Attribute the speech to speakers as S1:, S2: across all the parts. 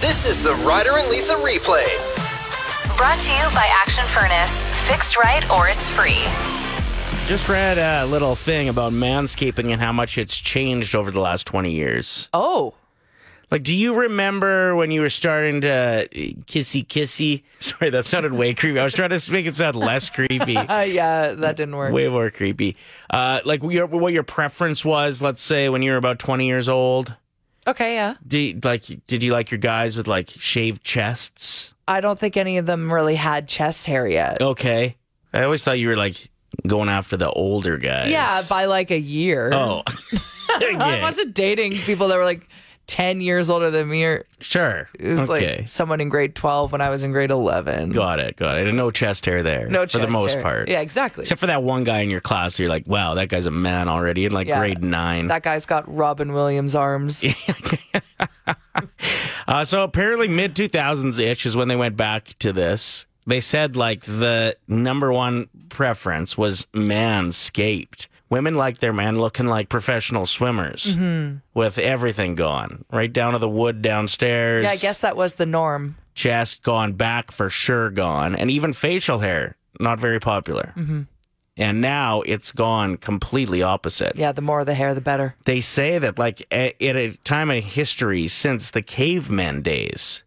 S1: This is the Ryder and Lisa replay.
S2: Brought to you by Action Furnace. Fixed right or it's free.
S3: Just read a little thing about manscaping and how much it's changed over the last 20 years.
S4: Oh,
S3: Like, do you remember when you were starting to uh, kissy kissy? Sorry, that sounded way creepy. I was trying to make it sound less creepy.
S4: uh, yeah, that didn't work.
S3: Way more creepy. Uh, like your, what your preference was, let's say when you were about 20 years old.
S4: Okay, yeah.
S3: Do you- like, did you like your guys with like shaved chests?
S4: I don't think any of them really had chest hair yet.
S3: Okay. I always thought you were like going after the older guys.
S4: Yeah, by like a year.
S3: Oh.
S4: Uh, I
S3: Okay.
S4: wasn't dating people that were like 10 years older than me. Or
S3: Sure.
S4: it was
S3: okay.
S4: like someone in grade 12 when I was in grade 11.
S3: Got it. Got it. And no chest hair there.
S4: no
S3: for
S4: chest
S3: the most
S4: hair.
S3: part.
S4: Yeah, exactly.
S3: Except for that one guy in your class, you're like, wow, that guy's a man already in like
S4: Yeah.
S3: grade nine.
S4: that guy's got Robin Williams arms.
S3: Uh, so apparently, mid 2000s ish is when they went back to this. They said like the number one preference was manscaped. Women like their man looking like professional swimmers
S4: Mm-hmm.
S3: with everything gone, right down to the wood downstairs.
S4: yeah, I guess that was the norm.
S3: chest gone, back for sure gone, and even facial hair not very popular.
S4: Mm-hmm.
S3: And now it's gone completely opposite.
S4: Yeah, the more the hair, the better.
S3: They say that like a- at a time in history since the caveman days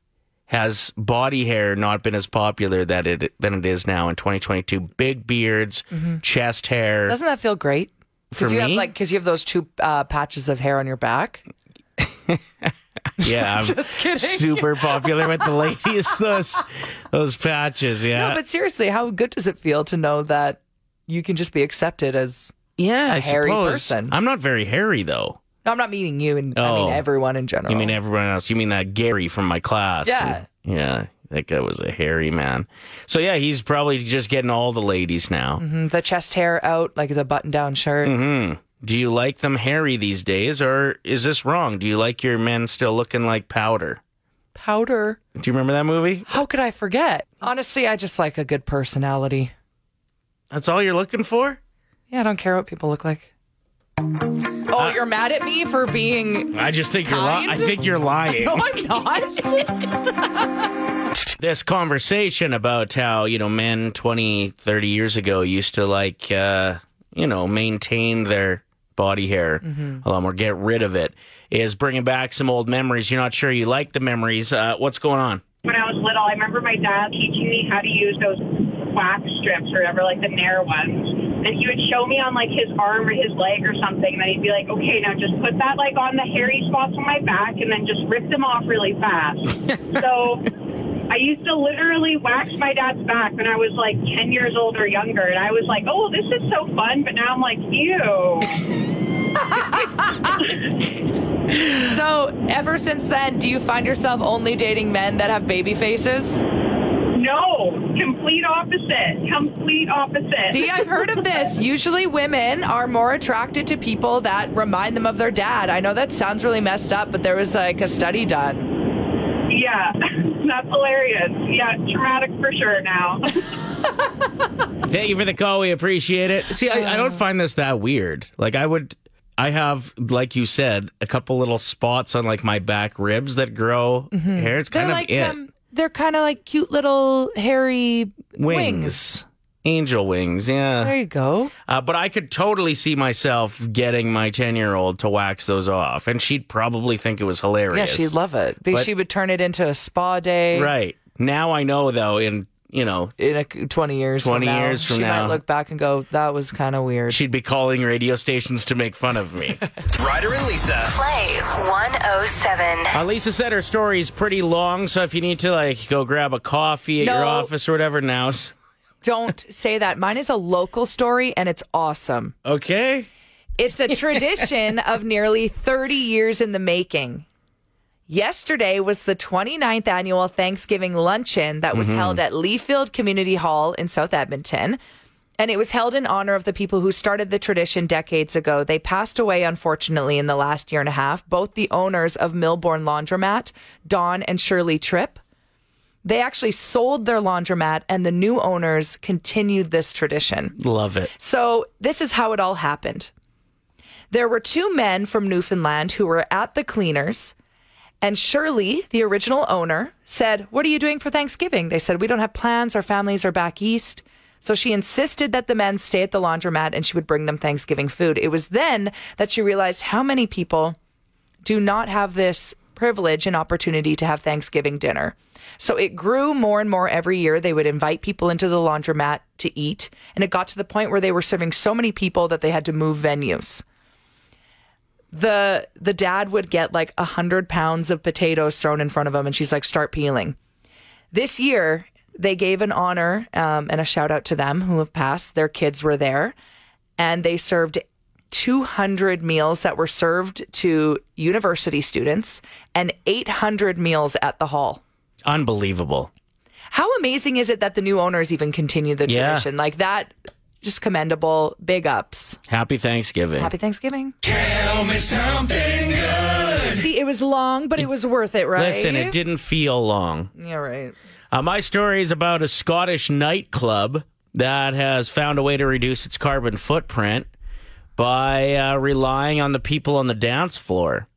S3: has body hair not been as popular that it than it is now in 2022. Big beards, chest hair.
S4: Mm-hmm. Doesn't that feel great?
S3: For
S4: Because you have
S3: me?
S4: like because you have those two uh, patches of hair on your back.
S3: yeah, I'm
S4: Just kidding.
S3: super popular with the ladies. Those those patches. Yeah.
S4: No, but seriously, how good does it feel to know that you can just be accepted as?
S3: yeah, I
S4: hairy
S3: suppose.
S4: person.
S3: I'm not very hairy though.
S4: No, I'm not meaning you, and I
S3: Oh.
S4: mean everyone in general.
S3: You mean everyone else? You mean that Gary from my class?
S4: Yeah.
S3: Yeah. That guy was a hairy man. So yeah, he's probably just getting all the ladies now. Hmm.
S4: Mm, the chest hair out, like the button-down shirt?
S3: Do you like them hairy these days, or is this wrong? Do you like your men still looking like powder?
S4: Powder.
S3: Do you remember that movie?
S4: How could I forget? Honestly, I just like a good personality.
S3: That's all you're looking for?
S4: Yeah, I don't care what people look like. Oh, you're mad at me for being?
S3: I just think you're. Li- I
S4: Kind?
S3: think you're lying.
S4: No, I'm not.
S3: this conversation about how you know men 20 30 years ago used to like uh you know maintain their body hair a lot more get rid of it is bringing back some old memories you're not sure you like the memories uh what's going on
S5: when I was little, I remember my dad teaching me how to use those wax strips or whatever, like the Nair ones. And he would show me on like his arm or his leg or something, and then he'd be like, "Okay, now just put that like on the hairy spots on my back, and then just rip them off really fast." so I used to literally wax my dad's back when I was like 10 years old or younger, and I was like, "Oh, this is so fun," but now I'm like, "Ew."
S4: so, ever since then, do you find yourself only dating men that have baby faces?
S5: No, complete opposite. Complete opposite.
S4: See, I've heard of this. Usually women are more attracted to people that remind them of their dad. I know that sounds really messed up, but there was like a study done.
S5: Yeah, that's hilarious. Yeah, traumatic for sure now.
S3: Thank you for the call. We appreciate it. See, I, I don't find this that weird. Like, I would, I have, like you said, a couple little spots on like my back ribs that grow hair. It's kind of it.
S4: um, they're kind of like cute little hairy
S3: wings. Angel wings. Yeah.
S4: There you go.
S3: Uh, but I could totally see myself getting my 10 year old to wax those off. And she'd probably think it was
S4: yeah,
S3: hilarious.
S4: she'd love it. Because
S3: But-
S4: she would turn it into a spa day.
S3: Right. Now I know, though, in, you know,
S4: In a, 20 years
S3: 20
S4: from now,
S3: years from
S4: she
S3: now.
S4: might look back and go, that was kind of weird.
S3: she'd be calling radio stations to make fun of me.
S1: Ryder and Lisa.
S2: Play 107.
S3: uh, Lisa said her story is pretty long. So if you need to, like, go grab a coffee at your
S4: No.
S3: office or whatever, now. s-
S4: Don't say that. Mine is a local story and it's awesome.
S3: Okay.
S4: It's a tradition of nearly 30 years in the making. Yesterday was the 29th annual Thanksgiving luncheon that was held at Leafield Community Hall in South Edmonton. And it was held in honor of the people who started the tradition decades ago. They passed away, unfortunately, in the last year and a half, both the owners of Millbourne Laundromat, Don and Shirley Tripp. They actually sold their laundromat, and the new owners continued this tradition.
S3: Love it.
S4: So, this is how it all happened. There were two men from Newfoundland who were at the cleaners, And Shirley, the original owner, said, What are you doing for Thanksgiving? They said, We don't have plans. Our families are back east. So she insisted that the men stay at the laundromat and she would bring them Thanksgiving food. It was then that she realized how many people do not have this privilege and opportunity to have Thanksgiving dinner. So it grew more and more every year. They would invite people into the laundromat to eat. And it got to the point where they were serving so many people that they had to move venues the the dad would get like a hundred pounds of potatoes thrown in front of him, and she's like, "Start peeling." This year, they gave an honor um, and a shout out to them who have passed. Their kids were there, and they served 200 meals that were served to university students and 800 meals at the hall.
S3: Unbelievable.
S4: How amazing is it that the new owners even continue the
S3: Yeah.
S4: tradition like that? Just commendable. Big ups.
S3: Happy Thanksgiving.
S4: Happy Thanksgiving.
S6: Tell me something good.
S4: See, it was long, but it was worth it, right?
S3: Listen, it didn't feel long.
S4: Yeah, right.
S3: Uh, my story is about a Scottish nightclub that has found a way to reduce its carbon footprint by uh, relying on the people on the dance floor.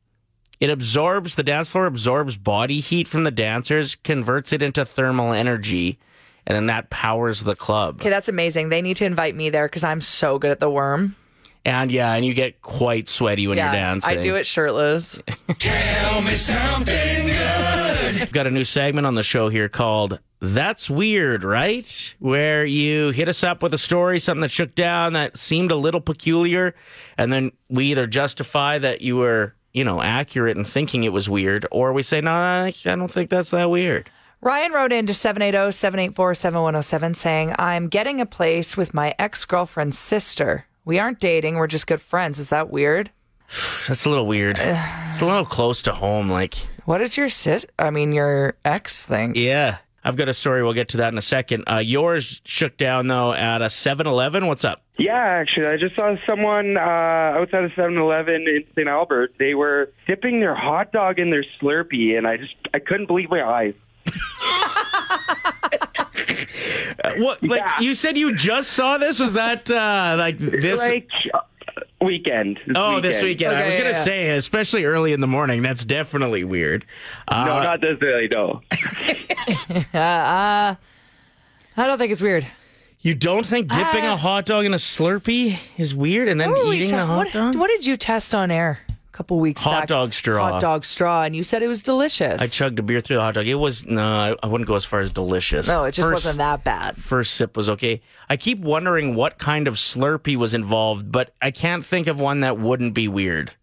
S3: It absorbs, the dance floor absorbs body heat from the dancers, converts it into thermal energy, and then that powers the club.
S4: Okay, that's amazing. They need to invite me there because I'm so good at the worm.
S3: And yeah, and you get quite sweaty when you're dancing.
S4: I do it shirtless.
S6: Tell me something good.
S3: We've got a new segment on the show here called That's Weird, right? Where you hit us up with a story, something that shook down that seemed a little peculiar, and then we either justify that you were, you know, accurate in thinking it was weird, or we say, no, I I don't think that's that weird.
S4: Ryan wrote in to oh, 780 784 7107 saying, I'm getting a place with my ex girlfriend's sister. We aren't dating, we're just good friends. Is that weird?
S3: That's a little weird. it's a little close to home. Like,
S4: What does your sis, I mean, your ex think?
S3: yeah. I've got a story. We'll get to that in a second. Uh, yours shook down, though, at a 7 Eleven. What's up?
S7: Yeah, actually, I just saw someone uh, outside of 7-Eleven in St. Albert. They were dipping their hot dog in their Slurpee, and I just I couldn't believe my eyes.
S3: Uh, What, like,
S7: Yeah.
S3: you said you just saw this? Was that, uh, like, this?
S7: Like uh, weekend.
S3: Oh, this weekend. I
S4: Okay,
S3: was
S4: yeah,
S3: gonna
S4: yeah.
S3: say, especially early in the morning. That's definitely weird. Uh,
S7: No, not this early. No.
S4: I don't think it's weird.
S3: you don't think dipping
S4: Uh,
S3: a hot dog in a Slurpee is weird, and then
S4: Holy
S3: eating
S4: t-
S3: the hot
S4: what,
S3: dog?
S4: what did you test on air a couple weeks
S3: Hot
S4: back?
S3: dog straw.
S4: Hot dog straw, and you said it was delicious.
S3: I chugged a beer through the hot dog. It was no, I- I wouldn't go as far as delicious.
S4: No, it just was
S3: First-
S4: wasn't that bad.
S3: First sip was okay. I keep wondering what kind of Slurpee was involved, but I can't think of one that wouldn't be weird.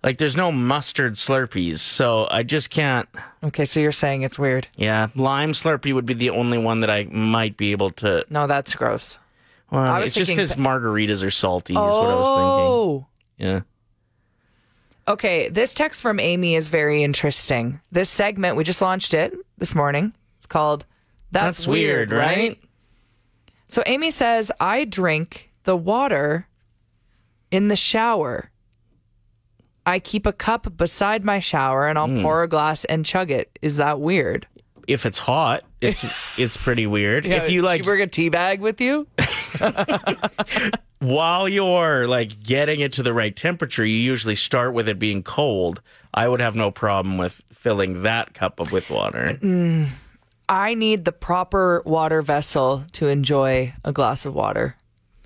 S3: Like, there's no mustard Slurpees, so I just can't.
S4: Okay, so you're saying it's weird.
S3: Yeah, lime Slurpee would be the only one that I might be able to
S4: No, that's gross.
S3: Well,
S4: I was
S3: it's just
S4: thinking
S3: because
S4: Oh. pe-
S3: margaritas are salty is what I was thinking. Yeah.
S4: Okay, this text from Amy is very interesting. This segment, we just launched it this morning. It's called That's, Weird, right? So Amy says, I drink the water in the shower. I keep a cup beside my shower and I'll pour a glass and chug it. Is that weird?
S3: If it's hot, it's it's pretty weird. if you like
S4: bring a tea bag with you?
S3: while you're like getting it to the right temperature, you usually start with it being cold. I would have no problem with filling that cup up with water.
S4: I need the proper water vessel to enjoy a glass of water.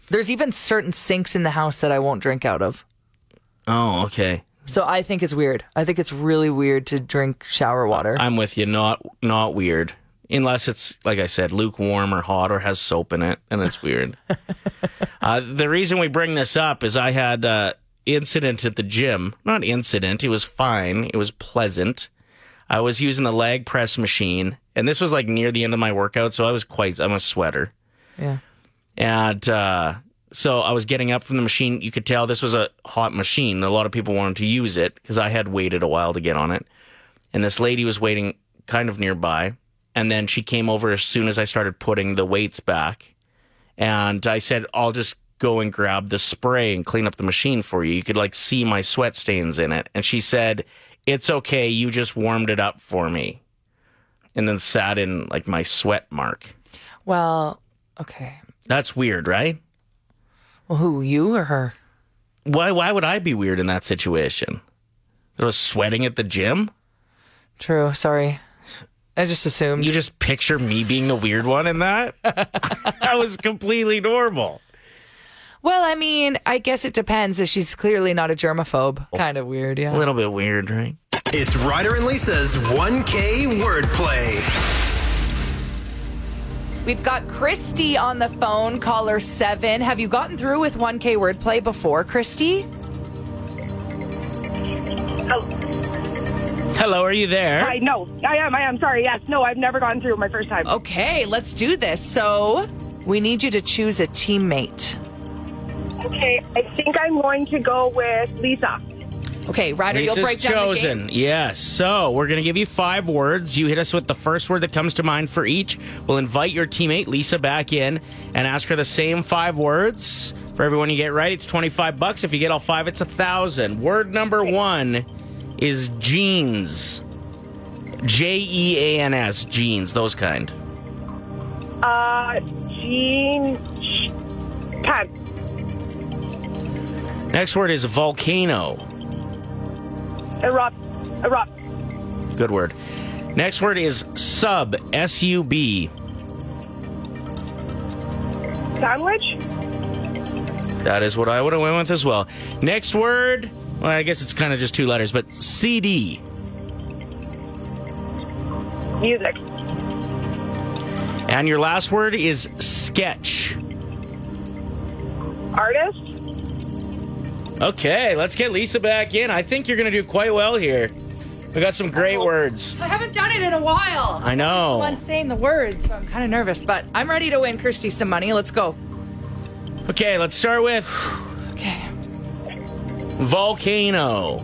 S4: There's even certain sinks in the house that I won't drink out of.
S3: Oh, okay.
S4: So I think it's weird. I think it's really weird to drink shower water.
S3: I'm with you. Not not weird. Unless it's like I said, lukewarm or hot or has soap in it, and it's weird. uh, the reason we bring this up is I had uh, incident at the gym. Not incident. It was fine. It was pleasant. I was using the leg press machine, and this was like near the end of my workout, so I was quite. I'm a sweater,
S4: yeah.
S3: and uh, so I was getting up from the machine. You could tell this was a hot machine. A lot of people wanted to use it because I had waited a while to get on it and this lady was waiting kind of nearby and then she came over as soon as i started putting the weights back and i said i'll just go and grab the spray and clean up the machine for you you could like see my sweat stains in it and she said it's okay you just warmed it up for me and then sat in like my sweat mark
S4: Well, okay.
S3: that's weird right
S4: Well, who, you or her?
S3: why why would i be weird in that situation i was sweating at the gym
S4: True. Sorry. I just assumed.
S3: You just picture me being the weird one in that? that was completely normal.
S4: well, I mean, I guess it depends. If she's clearly not a germaphobe, kind of weird.
S3: A
S4: Yeah.
S3: little bit weird, right?
S1: It's Ryder and Lisa's 1K wordplay.
S4: We've got Christy on the phone, caller seven. Have you gotten through with 1K wordplay before, Christy?
S3: Hello, are you there?
S8: I know. I am. I am. Sorry. Yes. No, I've never gone through my first time.
S4: Okay, let's do this. So we need you to choose a teammate.
S8: Okay. I think I'm going to go with Lisa.
S4: Okay, Ryder,
S3: Lisa's
S4: you'll break down the game.
S3: chosen. Yes. So we're going to give you five words. You hit us with the first word that comes to mind for each. We'll invite your teammate Lisa back in and ask her the same five words. For everyone you get right, it's twenty-five bucks. If you get all five, it's a thousand. Word number one is jeans. J e a n s jeans. Those kind.
S8: Uh, Jean. Pam.
S3: Next word is volcano.
S8: Erupt. Erupt.
S3: Good word. Next word is sub. S u b.
S8: Sandwich.
S3: That is what I would have went with as well. Next word. Well, I guess it's kind of just two letters, but CD.
S8: Music.
S3: And your last word is sketch.
S8: Artist.
S3: Okay, let's get Lisa back in. I think you're going to do quite well here. We got some great
S4: Oh.
S3: words.
S4: I haven't done it in a while.
S3: I know.
S4: I'm saying the words, so I'm kind of nervous, but I'm ready to win Christy some money. Let's go.
S3: Okay, let's start with
S4: Okay.
S3: volcano.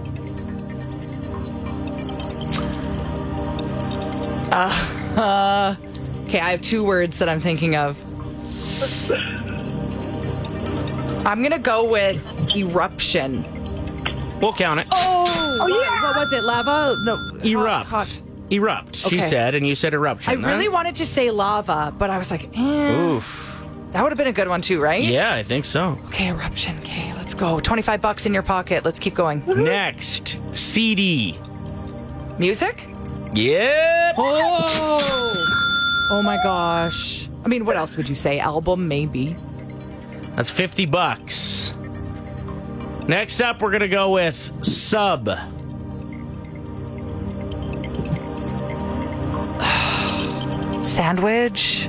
S4: Okay, I have two words that I'm thinking of. I'm gonna go with eruption.
S3: We'll count it.
S4: Oh, yeah. what was it? Lava? No, hot-
S3: Erupt.
S4: hot.
S3: Erupt, she
S4: Okay.
S3: said, and you said
S4: I
S3: eruption. huh?
S4: really wanted to say lava, but I was like, eh.
S3: Oof.
S4: that would have been a good one too, right?
S3: Yeah, I think so.
S4: Okay, eruption. Okay, let's go. 25 bucks in your pocket. Let's keep going.
S3: Next, CD.
S4: Music?
S3: Yep.
S4: Oh! Oh my gosh. I mean, what else would you say? Album, maybe.
S3: That's 50 bucks. Next up, we're going to go with sub.
S4: Sandwich?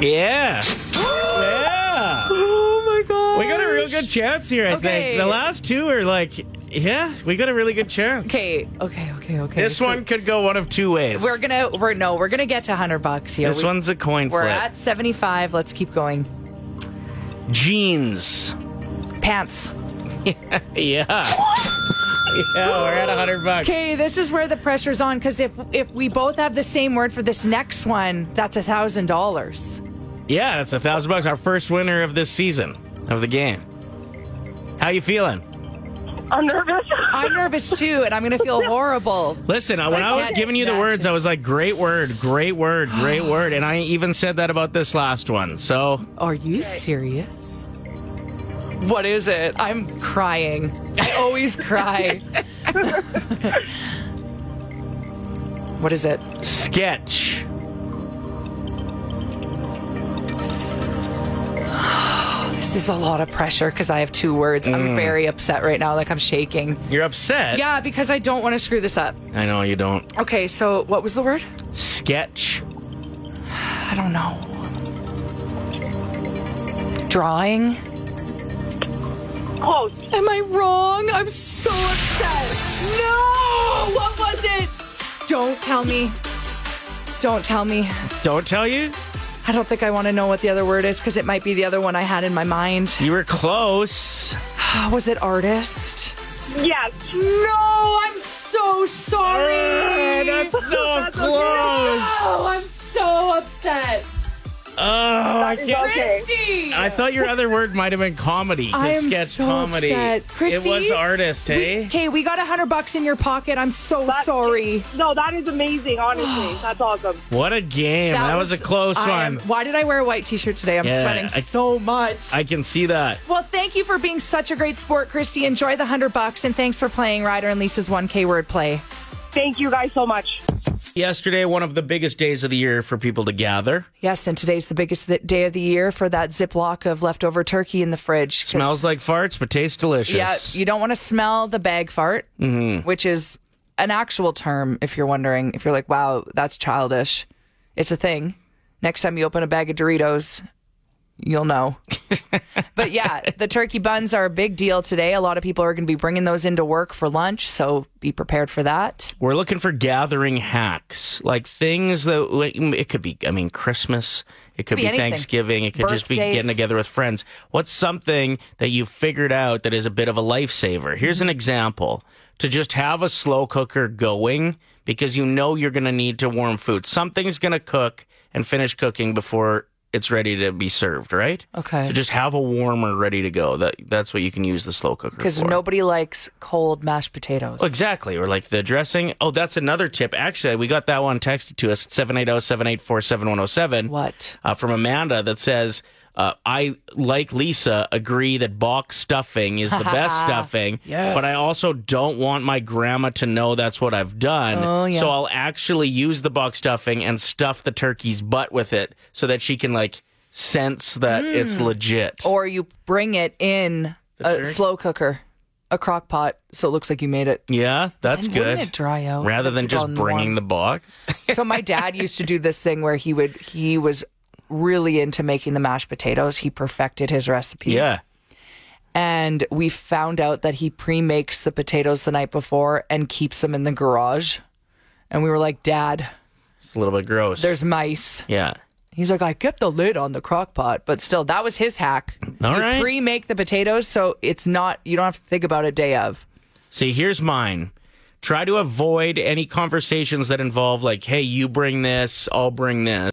S3: Yeah. yeah.
S4: Oh my god.
S3: We got a real good chance here, I
S4: Okay.
S3: think. The last two are like, yeah, we got a really good chance.
S4: Okay, okay, okay, okay.
S3: This
S4: So
S3: one could go one of two ways.
S4: We're gonna, we're, no, we're gonna get to 100 bucks here.
S3: this
S4: We-
S3: one's a coin
S4: We're
S3: flip.
S4: at 75. Let's keep going.
S3: Jeans.
S4: Pants.
S3: Yeah. yeah, we're at a 100 bucks.
S4: Okay, this is where the pressure's on because if if we both have the same word for this next one, that's a thousand dollars.
S3: Yeah, that's a 1000 bucks. Our first winner of this season of the game. How you feeling?
S8: I'm nervous.
S4: I'm nervous too, and I'm gonna feel horrible.
S3: Listen, uh, when
S4: Like,
S3: I was
S4: yeah,
S3: giving you the
S4: yeah,
S3: words,
S4: sure.
S3: I was like, great word, great word, great word. And I even said that about this last one. So,
S4: Are you serious? What is it? I'm crying. I always cry. what is it?
S3: sketch.
S4: This is a lot of pressure because I have two words. I'm very upset right now. Like I'm shaking.
S3: You're upset.
S4: Yeah, because I don't want to screw this up.
S3: I know you don't.
S4: Okay, so what was the word?
S3: Sketch.
S4: I don't know. Drawing?
S8: Close.
S4: Am I wrong? I'm so upset. No! What was it? Don't tell me. Don't tell me.
S3: Don't tell you?
S4: I don't think I want to know what the other word is because it might be the other one I had in my mind.
S3: You were close.
S4: Ah, was it artist?
S8: Yes.
S4: No, I'm so sorry.
S3: Uh, that's so
S8: That's okay.
S3: close.
S4: oh, I'm so upset.
S3: Oh, I
S8: is
S3: can't.
S8: okay.
S4: Christy!
S3: I thought your other word might have been comedy. 'cause
S4: I am
S3: sketch
S4: so
S3: comedy.
S4: upset.
S3: it
S4: Chrissy,
S3: was artist, eh? hey?
S4: Okay, we got a hundred bucks in your pocket. I'm so
S8: That-
S4: sorry.
S8: No, that is amazing. Honestly, that's awesome.
S3: What a game. That, was, a close
S4: I am-
S3: one.
S4: why did I wear a white T-shirt today? I'm
S3: Yeah,
S4: sweating
S3: I-
S4: so much.
S3: I can see that.
S4: well, thank you for being such a great sport, Christy. Enjoy the hundred bucks, and thanks for playing Ryder and Lisa's 1K word play.
S8: Thank you guys so much.
S3: Yesterday, one of the biggest days of the year for people to gather.
S4: Yes, and today's the biggest th- day of the year for that Ziploc of leftover turkey in the fridge. 'cause-
S3: Smells like farts, but tastes delicious.
S4: Yeah, you don't want to smell the bag fart,
S3: Mm-hmm.
S4: which is an actual term. If you're wondering, if you're like, "Wow, that's childish," it's a thing. Next time you open a bag of Doritos, you'll know. but yeah, the turkey buns are a big deal today. A lot of people are going to be bringing those into work for lunch, so be prepared for that.
S3: We're looking for gathering hacks, like things that it could be. I mean, Christmas. It could
S4: Could be
S3: be,
S4: anything.
S3: Thanksgiving. It could just be
S4: Birthdays.
S3: getting together with friends. What's something that you figured out that is a bit of a lifesaver? Here's an example: to just have a slow cooker going because you know you're going to need to warm food. Something's going to cook and finish cooking before it's ready to be served. Right?
S4: Okay.
S3: So just have a warmer ready to go. That that's what you can use the slow cooker for.
S4: Because nobody likes cold mashed potatoes.
S3: Well, Exactly. Or like the dressing. Oh, that's another tip. Actually, we got that one texted to us at oh, 780 784 7107
S4: What?
S3: uh, from Amanda that says, uh, I, like Lisa, agree that box stuffing is the best stuffing,
S4: Yes.
S3: but I also don't want my grandma to know that's what I've done.
S4: Oh, yeah.
S3: So I'll actually use the box stuffing and stuff the turkey's butt with it so that she can like sense that it's legit.
S4: Hmm. Or you bring it in a
S3: turkey?
S4: slow cooker, a crock pot, so it looks like you made it.
S3: yeah, that's
S4: And
S3: good.
S4: wouldn't it dry out?
S3: Rather than
S4: Keep
S3: just
S4: on
S3: bringing
S4: warm.
S3: the box.
S4: so my dad used to do this thing where he would he was really into making the mashed potatoes. He perfected his recipe.
S3: yeah.
S4: And we found out that he pre-makes the potatoes the night before and keeps them in the garage. And we were like, "Dad,
S3: It's a little bit gross.
S4: there's mice."
S3: Yeah.
S4: He's like, "I kept the lid on the crock pot, but still, that was his hack.
S3: All
S4: you
S3: right.
S4: pre-make the potatoes so it's not you don't have to think about it day of."
S3: See, here's mine. Try to avoid any conversations that involve like, hey, you bring this, I'll bring this.